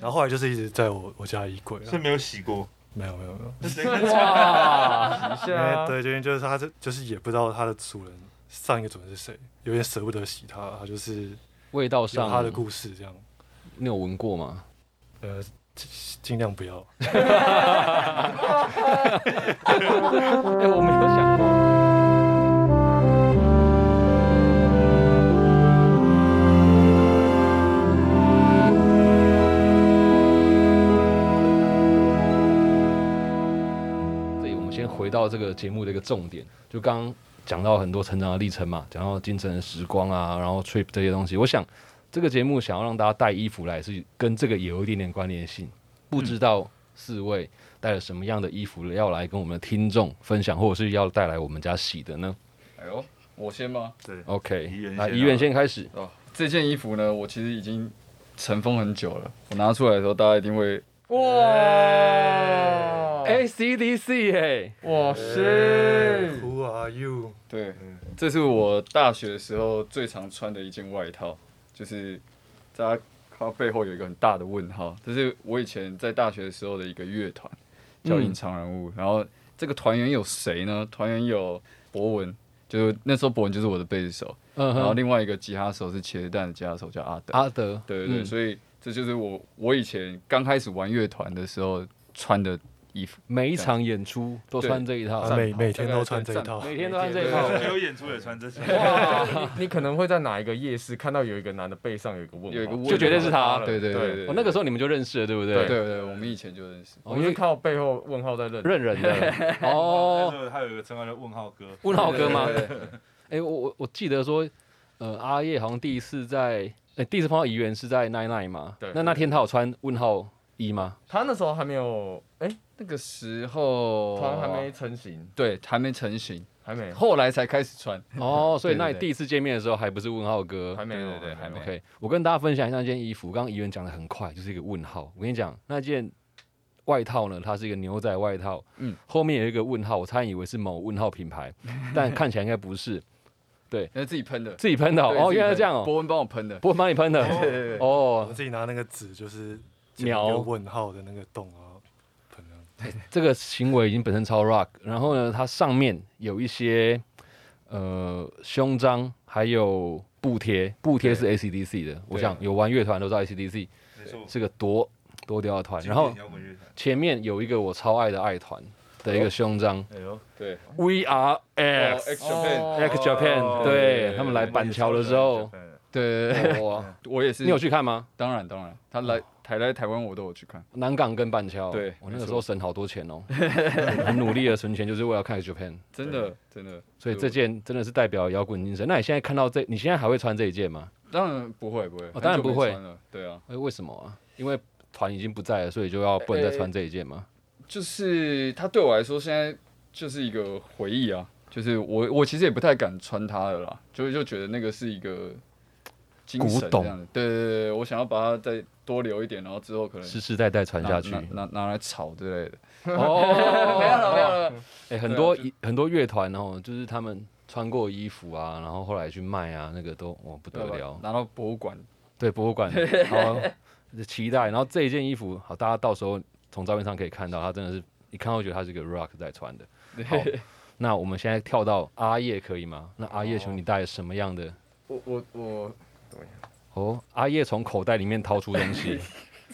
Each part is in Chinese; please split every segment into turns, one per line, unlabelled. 然后后来就是一直在我我家衣柜啊
是，没有洗过，
没有没有没有，
那谁跟
哇，洗一
因
下
为，对，原因就是他这就是也不知道他的主人上一个主人是谁，有点舍不得洗他，他就是
味道
有
上
他的故事这样，
你有闻过吗？
呃，尽尽量不要。
哎、我没有想过。所以我们先回到这个节目的一个重点，就刚刚讲到很多成长的历程嘛，讲到精神的时光啊，然后 trip 这些东西。我想这个节目想要让大家带衣服来，是跟这个也有一点点关联性。不知道四位带了什么样的衣服要来跟我们的听众分享，或者是要带来我们家洗的呢
哎呦，我先吗？
对，
？OK，
怡园
来
先
怡园
啊
先开始。
哦，这件衣服呢，我其实已经尘封很久了。我拿出来的时候，大家一定会哇，
哎，CDC 哎，
哇塞！
Who are you？
对，这是我大学的时候最常穿的一件外套，就是大家看到背后有一个很大的问号，这是我以前在大学的时候的一个乐团叫
嗯
隐藏人物，然后这个团员有谁呢？团员有博文，就是那时候博文就是我的贝斯手，
嗯
然后
哼，
另外一个吉他手是茄子蛋的吉他手叫阿德，
阿德，
对对对，
嗯
所以这就是我我以前刚开始玩乐团的时候穿的衣服，
每一场演出都穿这一套，
他啊每每天都穿这一套，
每天都穿这一
对
套。
没有演出也穿这些，
你可能会在哪一个夜市看到有一个男的背上有一个问号，
有一个问
就绝对是他
对对对对，
我哦那个时候你们就认识了，对不对？
对对对，我们以前就认识。
哦，
我
因
是
为
靠背后问号在认。
认人的
那
哦，
时候还有一个称号叫问号哥，
问浩哥吗
对？对对
哎，我我我记得说，呃，阿叶好像第一次在，哎，第一次碰到怡园是在奈奈嘛
对，
那那天他有穿问号衣吗？
他那时候还没有，哎、
那个时候
团还没成型，
对，还没成型，
还没，
后来才开始穿。
哦，所以
对对
那你
对
第一次见面的时候还不是问号哥，
还没有，
对对对还没
OK，我跟大家分享一下那件衣服。刚刚怡文讲的很快，就是一个问号。我跟你讲，那件外套呢，它是一个牛仔外套，嗯
嗯，
后面有一个问号，我差点以为是某问号品 牌，但看起来应该不是，
那自己喷的。
自己喷的
对
哦。哦，
自己
原来
喷
是这样哦，
博文帮我喷的。
不会帮你喷的
对对对，
我
哦
们。自己拿那个纸就是
描
描问号的那个洞啊，喷上去
这个行为已经本身超 rock，然后呢，它上面有一些呃胸章，还有布贴，布贴是 ACDC 的，我想有玩乐团都知道 ACDC
没错，
是个多多屌的团，然后
经典摇滚乐团，
前面有一个我超爱的爱团的一个胸章
哎呦，
对
，We Are
哦
X
，X Japan，
X Japan，
Oh
哦
对他们来板桥的时候，
对对对，
哇，
我也是。
你有？去看吗？
当然当然，他来台来台湾我都有去看。
南港跟板桥，
对
我那个时候省好多钱哦， 很努力的存钱，就是为了看 X Japan。
真的真的。
所以这件真的是代表摇滚精神。那你现在看到这，你现在还会穿这一件吗？
我当然不会不会，
哦当然
很久没
不会
穿了。对啊，
哎，为什么啊？因为团已经不在了，所以就要不能再穿这一件吗？
就是它对我来说现在就是一个回忆啊。就是我我其实也不太敢穿它了啦，就是就觉得那个是一个精神
古董
这样的。对对对对，我想要把它再多留一点，然后之后可能
世世代代传
拿
下去。
拿拿拿来炒之类的。
哦，
没有了没有了。
哎、
啊
很多、一很多乐团哦，就是他们穿过衣服啊，然后后来去卖啊，那个都哦不得
对吧啊
了。
拿到博物馆，
对，博物馆好期待。然后这一件衣服，好，大家到时候从照片上可以看到，它真的是一看到就觉得它是一个 rock 在穿的。好，那我们现在跳到阿叶可以吗？那阿叶，请问你带了什么样的？
我我我，
哦，阿叶从口袋里面掏出东西。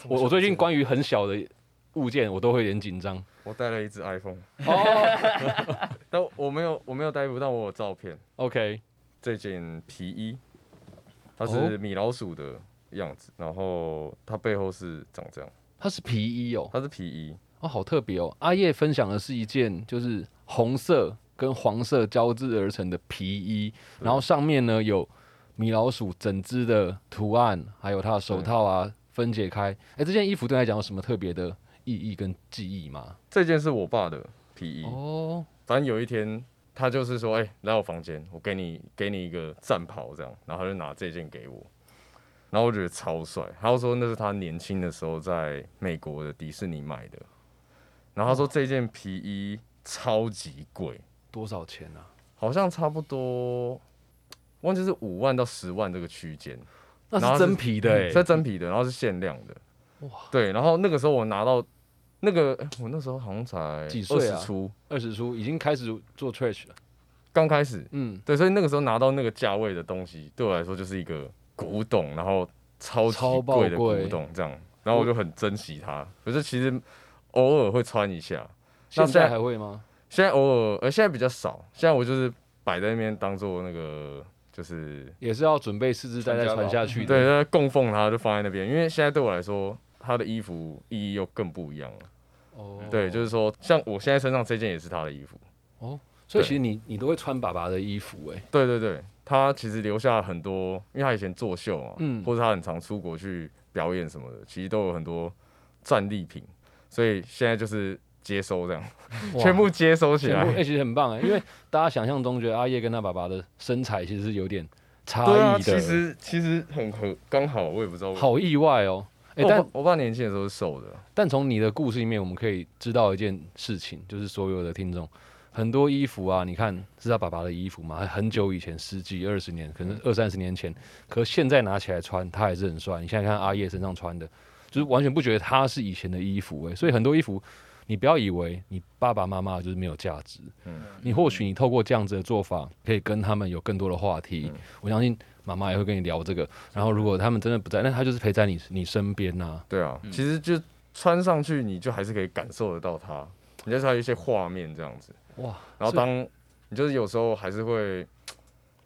我我最近关于很小的物件，我都会有点紧张。
我带了一只 iPhone，
哦
但我没有我没有带衣服，但我有照片。
，OK，
这件皮衣，它是
哦
米老鼠的样子，然后它背后是长这样，
它是皮衣哦。
它是皮衣，
哦，好特别哦！阿叶分享的是一件就是红色跟黄色交织而成的皮衣，然后上面呢有米老鼠整只的图案，还有它的手套啊分解开。哎，这件衣服对你来讲有什么特别的意义跟记忆吗？
这件是我爸的皮衣。
哦，
反正有一天，他就是说，哎、来我房间，我给你给你一个战袍这样，然后他就拿这件给我，然后我觉得超帅。他就说那是他年轻的时候在美国的迪士尼买的，然后他说这件皮衣超级贵，
多少钱啊？
好像差不多。忘记是五万到十万这个区间，
那是
然后是欸
真皮的哎、
是真皮的，然后是限量的，对，然后那个时候我拿到那个，哎我那时候好像才
几岁啊
20出，
二十出已经开始做 trash 了，
刚开始，
嗯，
对，所以那个时候拿到那个价位的东西，对我来说就是一个古董，然后超级
超爆
贵的
贵
古董这样，然后我就很珍惜它。可是其实偶尔会穿一下，
现
那现在
在还会吗？
现在偶尔呃现在比较少，现在我就是摆在那边当做那个就是
也是要准备世世代代传下去
对，
的，
那供奉它就放在那边，因为现在对我来说，它的衣服意义又更不一样了。
哦
对，就是说像我现在身上这件也是他的衣服，
所以其实你你都会穿爸爸的衣服，哎，
对对对，他其实留下很多，因为他以前作秀嘛，
嗯
或者他很常出国去表演什么的，其实都有很多战利品，所以现在就是接收这样，
哇
全部接收起
全部，哎，
来。
其实很棒哎，因为大家想象中觉得阿叶跟他爸爸的身材其实是有点差
对啊，
异
其
哎的，
实其实很合，刚好我也不知道为什么。
好意外哦。哎，
我
但
爸我爸年轻的时候是瘦的，
但从你的故事里面，我们可以知道一件事情，就是所有的听众，很多衣服啊，你看是他爸爸的衣服嘛，很久以前，十几二十年，可能二三十年前，可现在拿起来穿，他还是很帅。你现在看阿叶身上穿的，就是完全不觉得他是以前的衣服欸诶、所以很多衣服，你不要以为你爸爸妈妈就是没有价值，
嗯
你或许你透过这样子的做法，可以跟他们有更多的话题。嗯我相信妈妈也会跟你聊这个。然后如果他们真的不在，那他就是陪在你你身边呐、
对啊，
嗯
其实就穿上去，你就还是可以感受得到它，你就是还有一些画面这样子。
哇，
然后
所以
当你就是有时候还是会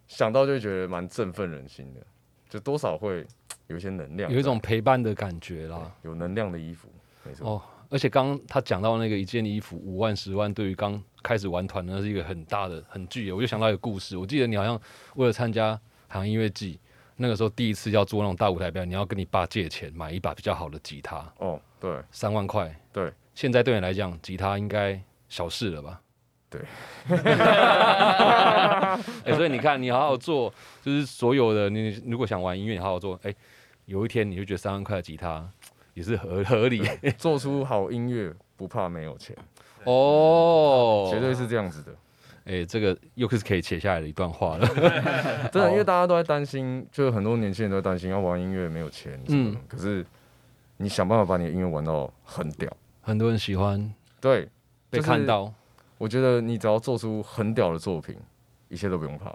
想到，就会觉得蛮振奋人心的，就多少会有一些能量在，
有一种陪伴的感觉啦。
有能量的衣服，没错。
哦，而且刚刚他讲到那个一件衣服五万十万，对于刚开始玩团的那是一个很大的很巨额。我就想到一个故事，我记得你好像为了参加海洋音乐季，那个时候第一次要做那种大舞台表演，你要跟你爸借钱买一把比较好的吉他，
哦，对，
三万块。
对，
现在对你来讲，吉他应该小事了吧？
对。
哎、所以你看，你好好做，就是所有的你如果想玩音乐，你好好做，哎、有一天你就觉得三万块的吉他也是合合理。
做出好音乐不怕没有钱，
哦，
绝对是这样子的。
哎、这个又是可以写下来的一段话了。
真的，因为大家都在担心，就是很多年轻人都在担心要玩音乐没有钱，嗯
嗯，
可是你想办法把你的音乐玩到很屌，
很多人喜欢
对，
被
就是
看到
我觉得你只要做出很屌的作品，一切都不用怕，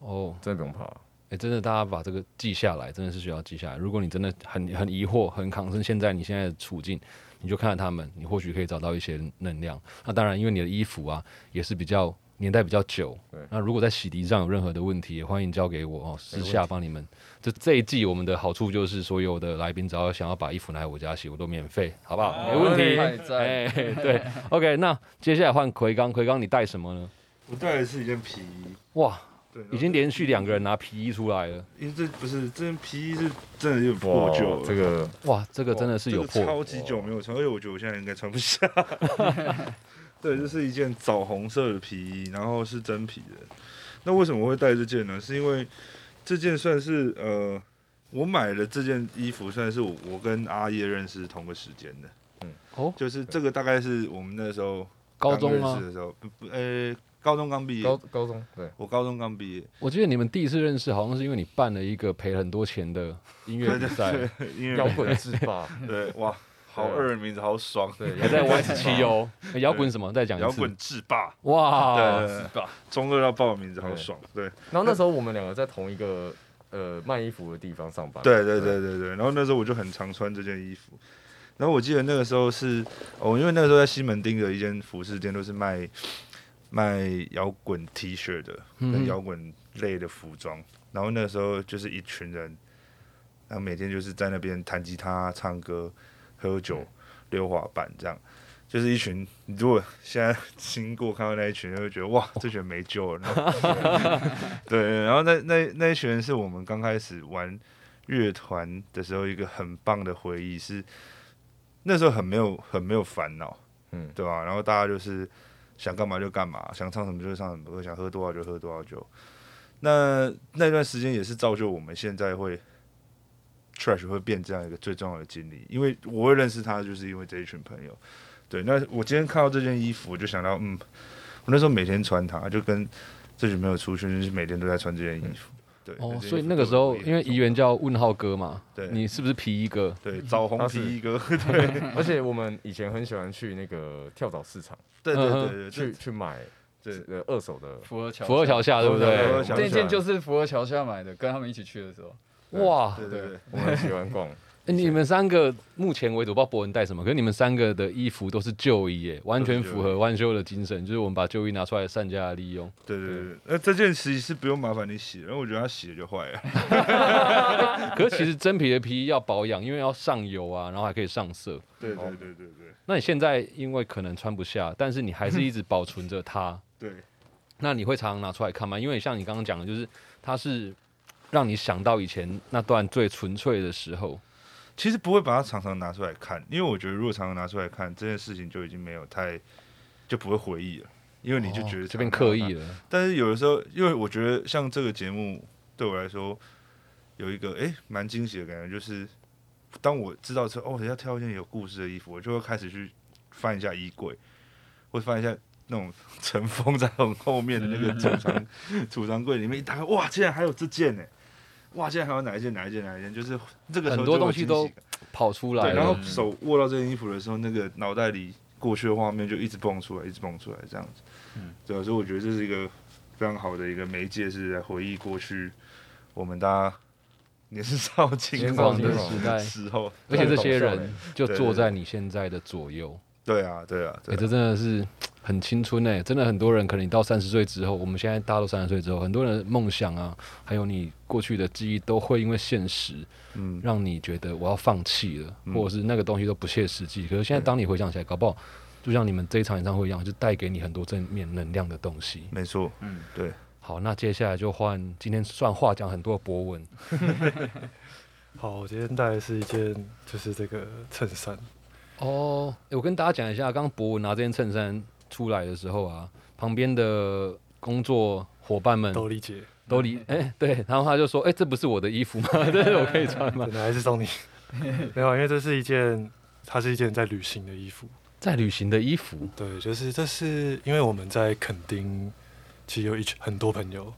哦，
真的不用怕。
哎、真的，大家把这个记下来，真的是需要记下来。如果你真的很很疑惑、很抗争，现在你现在的处境，你就看看他们，你或许可以找到一些能量。那当然，因为你的衣服啊，也是比较年代比较久
对。
那如果在洗涤上有任何的问题，也欢迎交给我哦，私下帮你们。这这一季我们的好处就是，所有的来宾只要想要把衣服拿来我家洗，我都免费，好不好？没问题。
太赞，
哎、对，OK，那接下来换奎刚，奎刚你带什么呢？
我带的是一件皮衣，
哇，
对，然后
已经连续两个人拿皮衣出来了，
因为这不是这件皮衣是真的有点破旧了，
这个
哇，这个真的是有
哦这个
破，哦
超级久没有穿，而且我觉得我现在应该穿不 下。 对，这是一件枣红色的皮衣，然后是真皮的。那为什么会带这件呢？是因为这件算是呃，我买的这件衣服算是我我跟阿叶认识同个时间的。嗯，
哦
就是这个大概是我们那时候
高
刚
中
认
吗
识？的时候，不不，呃，高中刚毕
高
业，
高中对，
我高中刚毕业，
我记得你们第一次认识好像是因为你办了一个赔很多 钱的音乐比赛，啊
因
摇
为
滚制霸，
对哇，好二人名字好爽，
对，
还在玩汽油 摇滚什么？再讲一
哦摇
次
滚，制霸，
哇
对，对，对中二要报名字好爽，对。
然后那时候我们两个在同一个呃卖衣服的地方上班，
对对对对对，然后那时候我就很常穿这件衣服，然后我记得那个时候是哦，因为那个时候在西门町的一间服饰店都是卖卖摇滚 T 恤的，跟
嗯
摇滚类的服装，然后那个时候就是一群人，然后每天就是在那边弹吉他、唱歌、喝酒、溜滑板这样。就是一群，你如果现在 经过看到那一群，就会觉得哇，这群人没救了。 然后对，对然后那那那一群人是我们刚开始玩乐团的时候一个很棒的回忆，是那时候很没有很没有烦恼，
嗯
对吧、然后大家就是想干嘛就干嘛，想唱什么就唱什么歌，想喝多少就喝多少酒。那那段时间也是造就我们现在会 trash 会变这样一个最重要的经历，因为我会认识他，就是因为这一群朋友。对，那我今天看到这件衣服，我就想到，嗯，我那时候每天穿它，就跟这群朋友出去，就是每天都在穿这件衣服。对，
哦，
那件衣
所以
服
那个
对
时候
我也
因为
很重
怡园叫问号哥嘛，
对
你是不是皮衣哥？
对枣红
他是
皮衣哥，
而且我们以前很喜欢去那个跳蚤市场
对对对对，这
去去买
对
呃二手的，
福尔桥
福二桥下对不
福
对
二？桥下
那件就是福尔桥下买的，跟他们一起去的时候，
哇，
啊对对对，
我们很喜欢逛。
欸你们三个目前为止，我不知道博文带什么，可是你们三个的衣服都是旧衣耶，完全符合万修的精神，就是我们把旧衣拿出来善加利用。
对对对，那这件其实是不用麻烦你洗的，因为我觉得它洗了就坏了。
可是其实真皮的皮衣要保养，因为要上油啊，然后还可以上色。
对对对对对
那你现在因为可能穿不下，但是你还是一直保存着它，
对
那你会常常拿出来看吗？因为像你刚刚讲的，就是它是让你想到以前那段最纯粹的时
哦
候。
其实不会把它常常拿出来看，因为我觉得如果常常拿出来看这件事情，就已经没有太就不会回忆了，因为哦你就觉得
这边刻意
了。
了，
但是有的时候，因为我觉得像这个节目对我来说有一个诶蛮惊喜的感觉，就是当我知道说哦，等一下挑一件有故事的衣服，我就会开始去翻一下衣柜，会翻一下那种尘封在很后面的那个储 藏储藏柜里面，一打开哇，竟然还有这件呢、哇，竟然还有哪一件哪一件哪一件，就是这个时候
很多
就有
东西
惊喜
都
感
跑出来
对，
了。
然后手握到这件衣服的时候，那个脑袋里过去的画面就一直蹦出来，一直蹦出来这样子。
嗯
对啊，所以我觉得这是一个非常好的一个媒介，是在回忆过去我们大家年少轻
年
狂
广
的
的时代，
时候。
而且这些
搞笑欸
人就
对对
坐在你现在的左右，
对啊，对啊，
哎、
对啊
这真的是很青春哎、真的很多人可能你到三十岁之后，我们现在大家都三十岁之后，很多人的梦想啊，还有你过去的记忆，都会因为现实
嗯，
让你觉得我要放弃了，
嗯
或者是那个东西都不切实际。可是现在当你回想起来，搞不好就像你们这一场演唱会一样，就带给你很多正面能量的东西。
没错，
嗯，
对，
好，那接下来就换今天算话讲很多的博文，
好，我今天带的是一件就是这个衬衫，
哦，诶我跟大家讲一下，刚刚博文拿这件衬衫出来的时候啊，旁边的工作伙伴们
豆丽姐，
都离哎、对，然后他就说，哎、这不是我的衣 服吗？这是我可以穿吗
本？来还是送你，没有，因为这是一件，它是一件在旅行的衣服。
在旅行的衣服，
对，就是这是因为我们在垦丁，其实有一群很多朋友，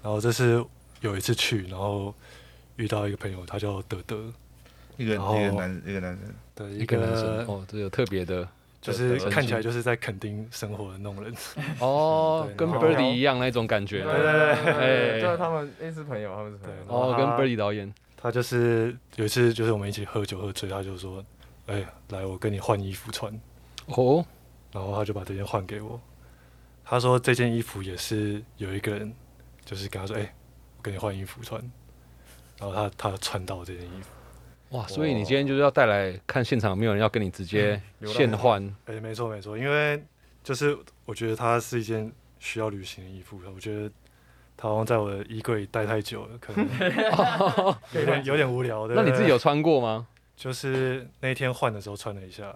然后这是有一次去，然后遇到一个朋友，他叫德德，
一个
然
哦
后
一个男一个男生，
对，
一个男生哦，这有特别的
就是
德德
看起来就是在垦丁生活的那种人，
哦，
对
跟
然
后
Birdy 一样那种感觉，哎
就是啊他们诶是朋友，他们是朋
对
友。
哦，跟
然后他
Birdy 导演
他就是有一次就是我们一起喝酒喝醉，他就说，哎、来我跟你换衣服穿，
哦，
然后他就把这件换给我，他说这件衣服也是有一个人就是跟他说，哎、我跟你换衣服穿，然后他他穿到这件衣服。
哇，所以你今天就是要带来看现场有没有人要跟你直 接
流浪
现换，
哎、没错没错，因为就是我觉得它是一件需要旅行的衣服，我觉得它好像在我的衣柜待太久了，可能有点有点无聊的。
那你自己有穿过吗？
就是那一天换的时候穿了一下，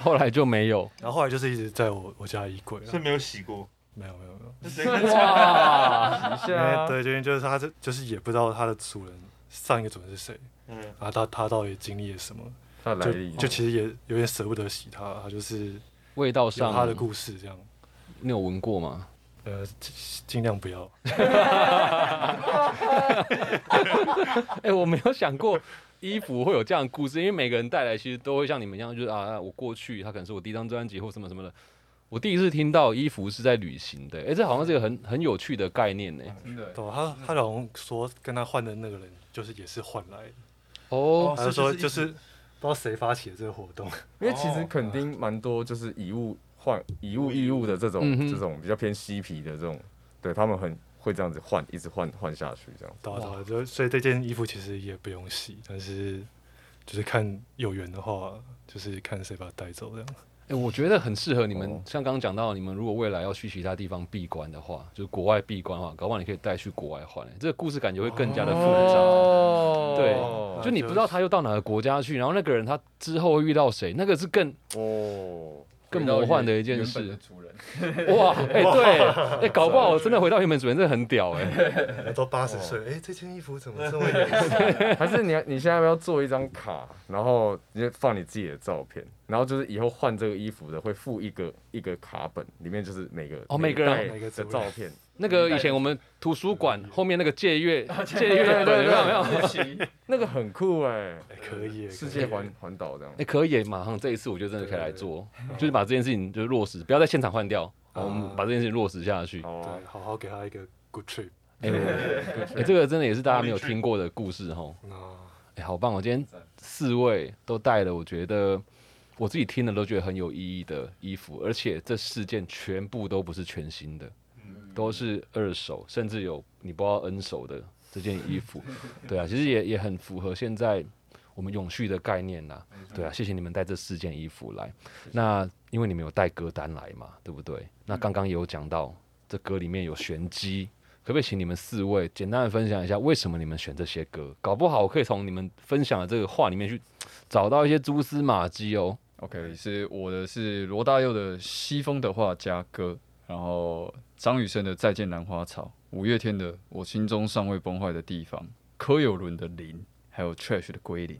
后来就没有，
然后后来就是一直在我我家衣柜啊
是没有洗 过，
没有没有没有，
那谁敢
哇，
一
因
下
为对，因为就是他这就是也不知道他的主人上一个主人是谁，
嗯，
然后他他到底经历了什么，
他的来历哦
就就其实也有点舍不得洗他，他就是
味道
有
上
他的故事这样，
你有闻过吗？
呃，尽尽量不要。
哎、我没有想过衣服会有这样的故事，因为每个人带来其实都会像你们一样，就是啊，我过去他可能是我第一张专辑或什么什么的。我第一次听到衣服是在旅行的，哎、这好像是一个很很有趣的概念呢。
真的
对，他他老公说跟他换的那个人就是也是换来的，
哦，
他就说就
一
是
直
不知道谁发起的这个活动，
因为其实垦丁蛮多就是以物换以物易物的这种、
嗯哼
这种比较偏嬉皮的这种，对他们很会这样子换，一直换换下去这样。
对啊对啊，就所以这件衣服其实也不用洗，但是就是看有缘的话，就是看谁把它带走 这样。
哎、我觉得很适合你们，
哦
像刚刚讲到，你们如果未来要去其他地方闭关的话，就是国外闭关的话，搞不好你可以带去国外换、哎这个故事感觉会更加的复杂。
哦
对
哦
就你不知道他又到哪个国家去，然后那个人他之后会遇到谁，那个是更
哦，
更魔幻的一件
回到原原
事
本的。主人，
哇，哎、对，哎、搞不好我真的回到原本主人，真的很屌哎、
都八十岁，哎，这件衣服怎么这么有？
还是你你现在要不要做一张卡，然后你就放你自己的照片，然后就是以后换这个衣服的会附一个一个卡本，里面就是每个
哦每个人
每一代
每个
的
族人
照片，
那个以前我们图书馆后面那个借阅哦借阅本有没有没有？
那个很酷哎，
哎可以耶，
世
可以
界环环岛这样
哎、。可以，马上这一次我觉得真的可以来做，就是把这件事情就落实，不要在现场换掉，我们把这件事情落实下去。
好啊
对，，好好给他一个 good trip
哎、哎这个真的也是大家没有听过的故事哈。
啊，
哎、好棒！我今天四位都带了，我觉得我自己听了都觉得很有意义的衣服，而且这四件全部都不是全新的，都是二手，甚至有你不知道 N 手的这件衣服。对啊，其实也也很符合现在我们永续的概念呐、对啊，谢谢你们带这四件衣服来。那因为你们有带歌单来嘛，对不对？那刚刚也有讲到，这歌里面有玄机，可不可以请你们四位简单的分享一下，为什么你们选这些歌？搞不好我可以从你们分享的这个话里面去找到一些蛛丝马迹哦。
OK，是我的是罗大佑的《西风的画家歌》，然后张雨生的《再见兰花草》，五月天的《我心中尚未崩坏的地方》，柯有伦的《零》，还有 Trash 的《归零》。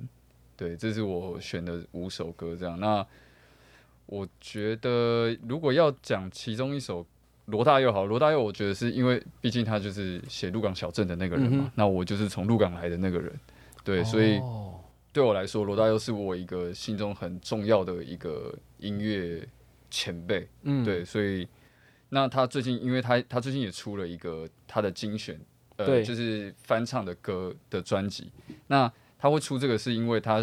对，这是我选的五首歌。这样，那我觉得如果要讲其中一首罗大佑好，罗大佑，我觉得是因为毕竟他就是写《鹿港小镇》的那个人嘛，
嗯哼
那我就是从鹿港来的那个人，对，所以。
哦
对我来说，罗大佑是我一个心中很重要的一个音乐前辈。
嗯，
对，所以那他最近，因为他他最近也出了一个他的精选，呃，
对
就是翻唱的歌的专辑。那他会出这个，是因为他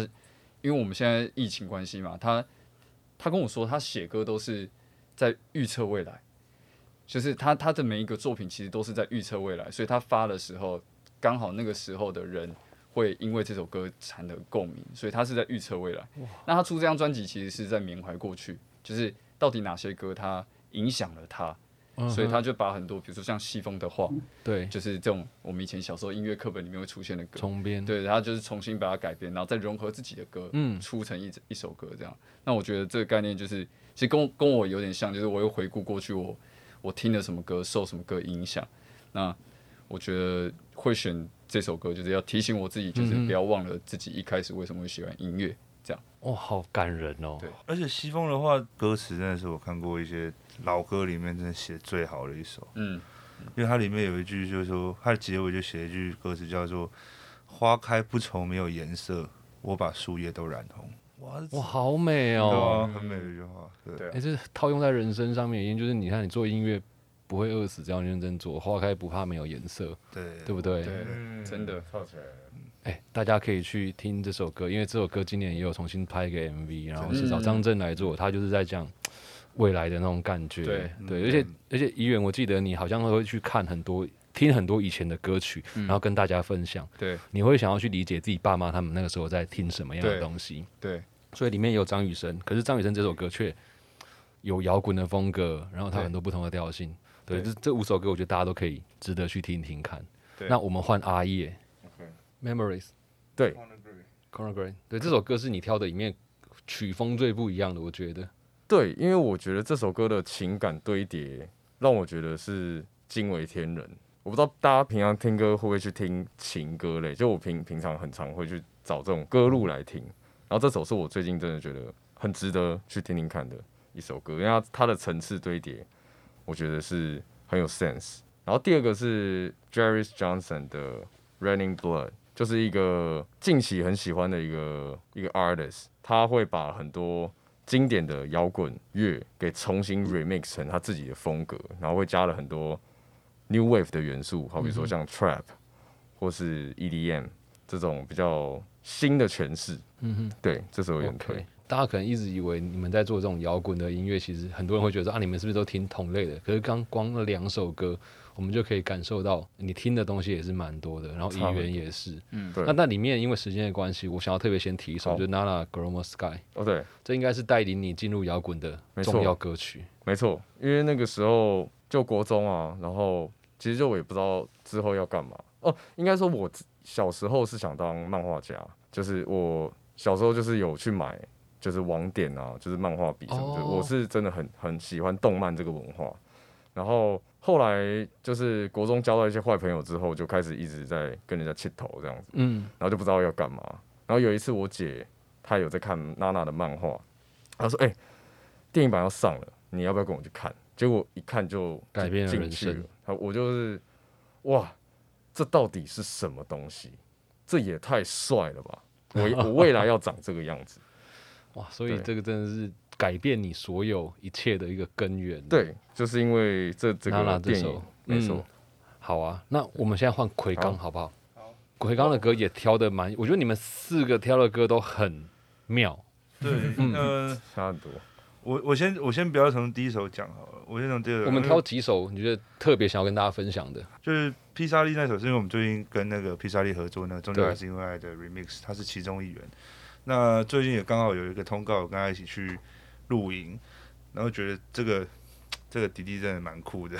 因为我们现在疫情关系嘛，他他跟我说，他写歌都是在预测未来，就是他他的每一个作品其实都是在预测未来，所以他发的时候，刚好那个时候的人。会因为这首歌产生共鸣，所以他是在预测未来。那他出这张专辑其实是在缅怀过去，就是到底哪些歌它影响了他，所以他就把很多，比如说像西风的话，
对
就是这种我们以前小时候音乐课本里面会出现的歌，
重编，
对，他就是重新把它改编，然后再融合自己的歌，
嗯
出成一一首歌这样。那我觉得这个概念就是，其实跟我跟我有点像，就是我又回顾过去我我听了什么歌，受什么歌影响。那我觉得会选这首歌，就是要提醒我自己，就是
嗯哼
不要忘了自己一开始为什么会喜欢音乐。
哇、好感人哦。
对
而且西风的话，歌词真的是我看过一些老歌里面真的写最好的一首，
嗯，
因为它里面有一句就是说，它的结尾就写一句歌词叫做“花开不愁没有颜色，我把树叶都染红”。哇，
哇，好美
对
哦！
啊，很美的一句话。对，
对啊
哎、这套用在人生上面，已经就是你看，你做音乐不会饿死，只要你认真做，花开不怕没有颜色，
对，
对不对？
对，
嗯
真的
跳起来了。
哎、大家可以去听这首歌，因为这首歌今年也有重新拍一个 MV，然后是找张震来做，他就是在讲未来的那种感觉。
嗯对嗯
而且而且怡远，我记得你好像会去看很多、听很多以前的歌曲，然后跟大家分享，
嗯对
你会想要去理解自己爸妈他们那个时候在听什么样的
对
东西。
对，
所以里面也有张雨生，可是张雨生这首歌却有摇滚的风格，然后它
对
很多不同的调性。对，
对
这这五首歌我觉得大家都可以值得去听听看。
对
那我们换阿叶，Memories。
对，
Corner Green，对，这首歌是你挑的里面曲风最不一样的，我觉得。
对，因为我觉得这首歌的情感堆叠，让我觉得是惊为天人。我不知道大家平常听歌会不会去听情歌类，就我平平常很常会去找这种歌路来听。然后这首是我最近真的觉得很值得去听听看的一首歌，因为它它的层次堆叠，我觉得是很有 sense。然后第二个是 Jerry Johnson 的《Running Blood》，就是一个近期很喜欢的一个一个 artist，他会把很多经典的摇滚乐给重新 remix 成他自己的风格，然后会加了很多 new wave 的元素，好比
嗯
说像 trap 或是 EDM 这种比较新的诠释。
嗯哼
对，这首有点推。
，OK。大家可能一直以为你们在做这种摇滚的音乐，其实很多人会觉得说啊，你们是不是都听同类的？可是刚光那两首歌，我们就可以感受到你听的东西也是蛮多的，然后
差很
语
多
言也是。
嗯
对
那那里面因为时间的关系，我想要特别先提一首，
好
就是 Nana Gromo Sky，
哦，对，
这应该是带领你进入摇滚的
没错
重要歌曲。
没错，因为那个时候就国中啊，然后其实就我也不知道之后要干嘛哦。应该说，我自小时候是想当漫画家，就是我小时候就是有去买，就是网点啊，就是漫画笔什么的。
哦
我是真的很很喜欢动漫这个文化。然后后来就是国中交到一些坏朋友之后，就开始一直在跟人家气头这样子。
嗯，
然后就不知道要干嘛。然后有一次我姐她有在看娜娜的漫画，她说：“哎、电影版要上了，你要不要跟我去看？”结果一看就
改变了
进
人
去
生
了，啊我就是哇，这到底是什么东西？这也太帅了吧！我我未来要长这个样 子。
哇，所以
对
这个真的是改变你所有一切的一个根源。，
对，就是因为这这
娜娜
个
这
电
首
影，嗯没错，
好啊，那我们现在换奎刚好不好？
好
奎刚的歌也挑的蛮，我觉得你们四个挑的歌都很妙。
对，
嗯
呃，
差很多。
我我先我先不要从第一首讲好了，我先从第二首。
我
因
们
为
挑几首你觉得特别想要跟大家分享的？
就是披萨利那首，是因为我们最近跟那个披萨利合作那个《终究
对
还是因为爱》的 remix，它是其中一员。那最近也刚好有一个通告，我跟他一起去露营，然后觉得这个这个迪迪真的蛮酷的，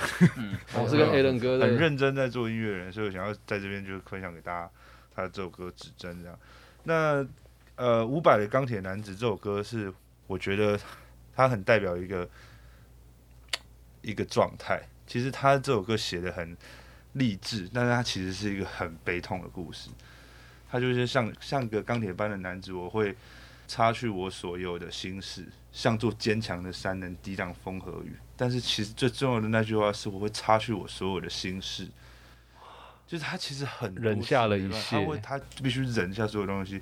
哦，是跟 a l a n 哥
嗯很
的，
认真在做音乐人，所以我想要在这边就是分享给大家他的这首歌《指针》这样。那呃，伍佰的《钢铁男子》这首歌是我觉得他很代表一个一个状态。其实他这首歌写的很励志，但是他其实是一个很悲痛的故事。他就是像像个钢铁般的男子，我会擦去我所有的心事，像座坚强的山，能抵挡风和雨。但是其实最重要的那句话是，我会擦去我所有的心事。就是他其实很多
忍下了
事
一
没办法
切
他会他必须忍下所有东西。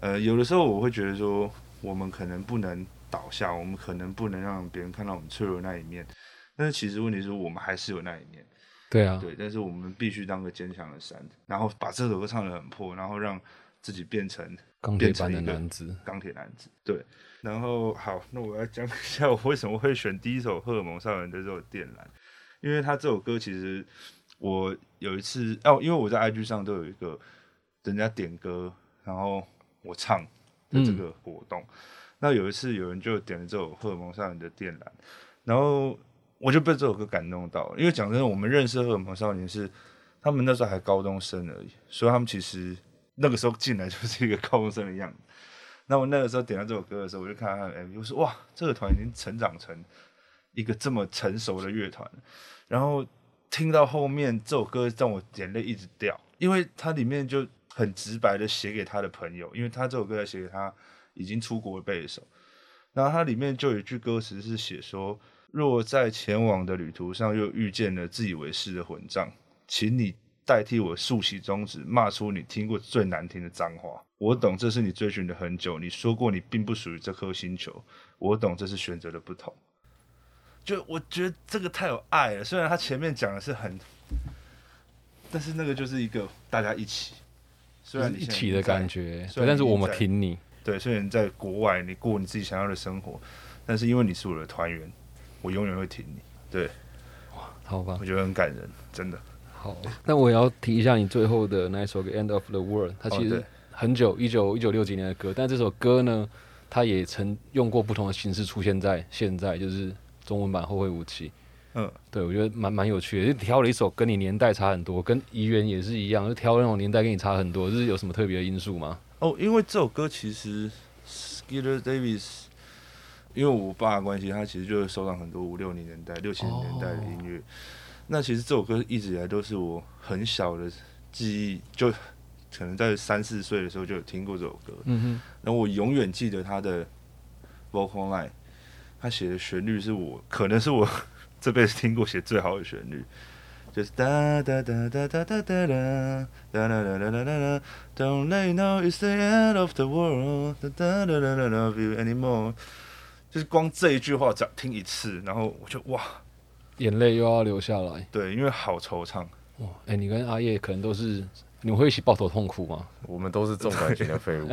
呃，有的时候我会觉得说，我们可能不能倒下，我们可能不能让别人看到我们脆弱的那一面。但是其实问题是我们还是有那一面。
对啊，
对，但是我们必须当个坚强的山，然后把这首歌唱得很破，然后让自己变成
钢铁
变成
般的
一个
男子。
钢铁男子。对，然后好，那我要讲一下我为什么会选第一首《荷尔蒙少年》的这首《电缆》，因为他这首歌其实我有一次哦，因为我在 IG 上都有一个人家点歌，然后我唱的这个活动。那有一次有人就点了这首《荷尔蒙少年》的《电缆》，然后我就被这首歌感动到了，因为讲真的，我们认识荷尔蒙少年是他们那时候还高中生而已，所以他们其实那个时候进来就是一个高中生的样子。那我那个时候点到这首歌的时候，我就看到他的 MV，我说哇，这个团已经成长成一个这么成熟的乐团了。然后听到后面这首歌让我眼泪一直掉，因为它里面就很直白的写给他的朋友，因为他这首歌要写给他已经出国的贝斯手。然后它里面就有一句歌词是写说：“若在前往的旅途上又遇见了自以为是的混账，请你代替我竖起中指，骂出你听过最难听的脏话。我懂这是你追寻了很久，你说过你并不属于这颗星球，我懂这是选择的不同。就我觉得这个太有爱了，虽然他前面讲的是很，但是那个就是一个大家一起，虽
就
然
是
啊你
一
现在
起的
不在
感觉，
虽
对，
然
但是
你
我们
在
挺你，
对，虽然在国外你过你自己想要的生活，但是因为你是我的团员，我永远会挺你。对，
好吧
我？觉得很感人，真的。
好，那我也要提一下你最后的那一首《End of the World》，它其
哦
实
对
很久，一九一九六几年的歌，但这首歌呢，它也曾用过不同的形式出现在现在，就是中文版《后会无期》。
嗯，
对，我觉得蛮蛮有趣的，就挑了一首跟你年代差很多，跟怡园也是一样，就挑那种年代跟你差很多，就是有什么特别的因素吗？
哦，因为这首歌其实 Skeeter Davis，因为我爸的关系，他其实就是收藏很多五六零年代、六七零年代的音乐。那其实这首歌一直以来都是我很小的记忆，就可能在三四岁的时候就有听过这首歌。
嗯
然后我永远记得他的 vocal line，他写的旋律是我可能是我 这辈子听过写最好的旋律，就是哒哒哒哒哒哒哒哒哒哒哒哒哒哒哒，Don't they know it's the end of the world？哒哒哒哒哒 love you anymore。就是光这一句话只要听一次，然后我就哇，
哼，眼泪又要流下来。
对，因为好惆怅，
哇，哎、你跟阿叶可能都是，你们会一起抱头痛哭吗？
我们都是重感情的 废物，
你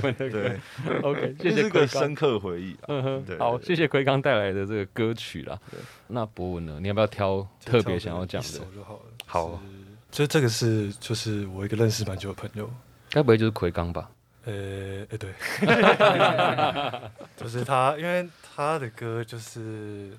们那
对，
OK，
这
谢谢
是个
奎刚。
深刻回忆啊。
嗯哼
对
好，
对
谢谢奎刚带来的这个歌曲啦。那博文呢？你要不要挑特别想要讲
一
的
首？就好了。
好
就是，就这个是就是我一个认识蛮久的朋友，
该不会就是奎刚吧？
呃、呃、 对，就是他，因为他的歌就是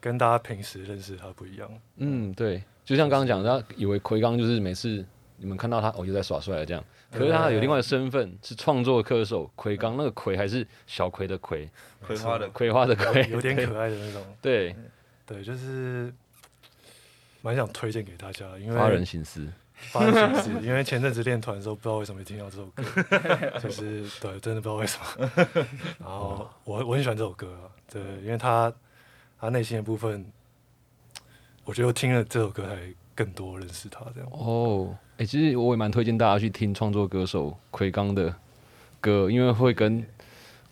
跟大家平时认识他不一样，
嗯，对，就像刚刚讲的，他以为奎刚就是每次你们看到他哦又在耍帅了这样，可是他有另外的身份是创作歌手奎刚，那个奎还是小奎的奎，
葵花的
葵花的葵，
有点可爱的那种，
对，
对，就是蛮想推荐给大家的，因为
发人深思。
发人深思，因 为前阵子练团的时候，不知道为什么会听到这首 歌，就是对，真的不知道为什么。然后我我很喜欢这首歌啊，对，因为他他内心的部分我觉得我听了这首歌才更多认识他这样。
哦，哎、其实我也蛮推荐大家去听创作歌手奎刚的歌，因为会跟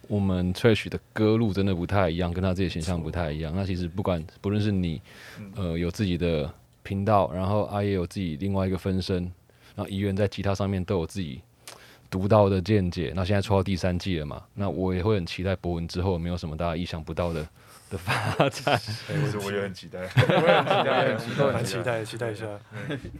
我们 Trash 的歌路真的不太一样，跟他自己的形象不太一样。那其实不管不论是你，呃，有自己的频道，然后啊阿也有自己另外一个分身，然后怡园在吉他上面都有自己独到的见解。那现在出到第三季了嘛，那我也会很期待博文之后有没有什么大家意想不到的的发展。
哎我我也很期待。
蛮期待，期待一下。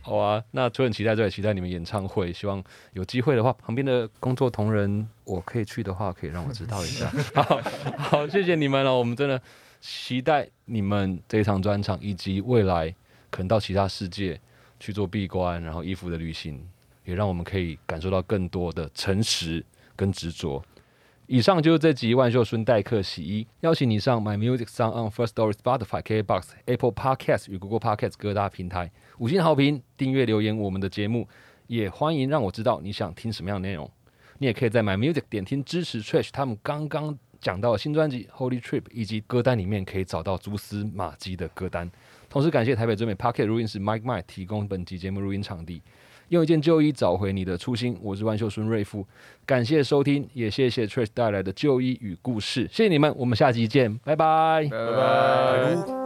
好啊，那除了很期待之外，也期待你们演唱会。希望有机会的话，旁边的工作同仁，我可以去的话，可以让我知道一下。好，好，谢谢你们哦了，我们真的期待你们这一场专场，以及未来可能到其他世界去做闭关，然后衣服的旅行，也让我们可以感受到更多的诚实跟执着。以上就是这集万秀孙代客洗衣，邀请你上 My Music s o n on First Story、Spotify、KBox、Apple Podcast 与 Google Podcast 各大平台五星好评、订阅留言我们的节目，也欢迎让我知道你想听什么样的内容。你也可以在 My Music 点听支持 Trash 他们刚刚讲到的新专辑《Holy Trip》以及歌单里面可以找到蛛丝马迹的歌单。同时感谢台北最美 Pocket 录音室 Mike Mike 提供本集节目录音场地。用一件旧衣找回你的初心，我是万秀孙瑞富，感谢收听，也谢谢 Trash 带来的旧衣与故事，谢谢你们，我们下集见，拜拜。
拜
拜
拜。
拜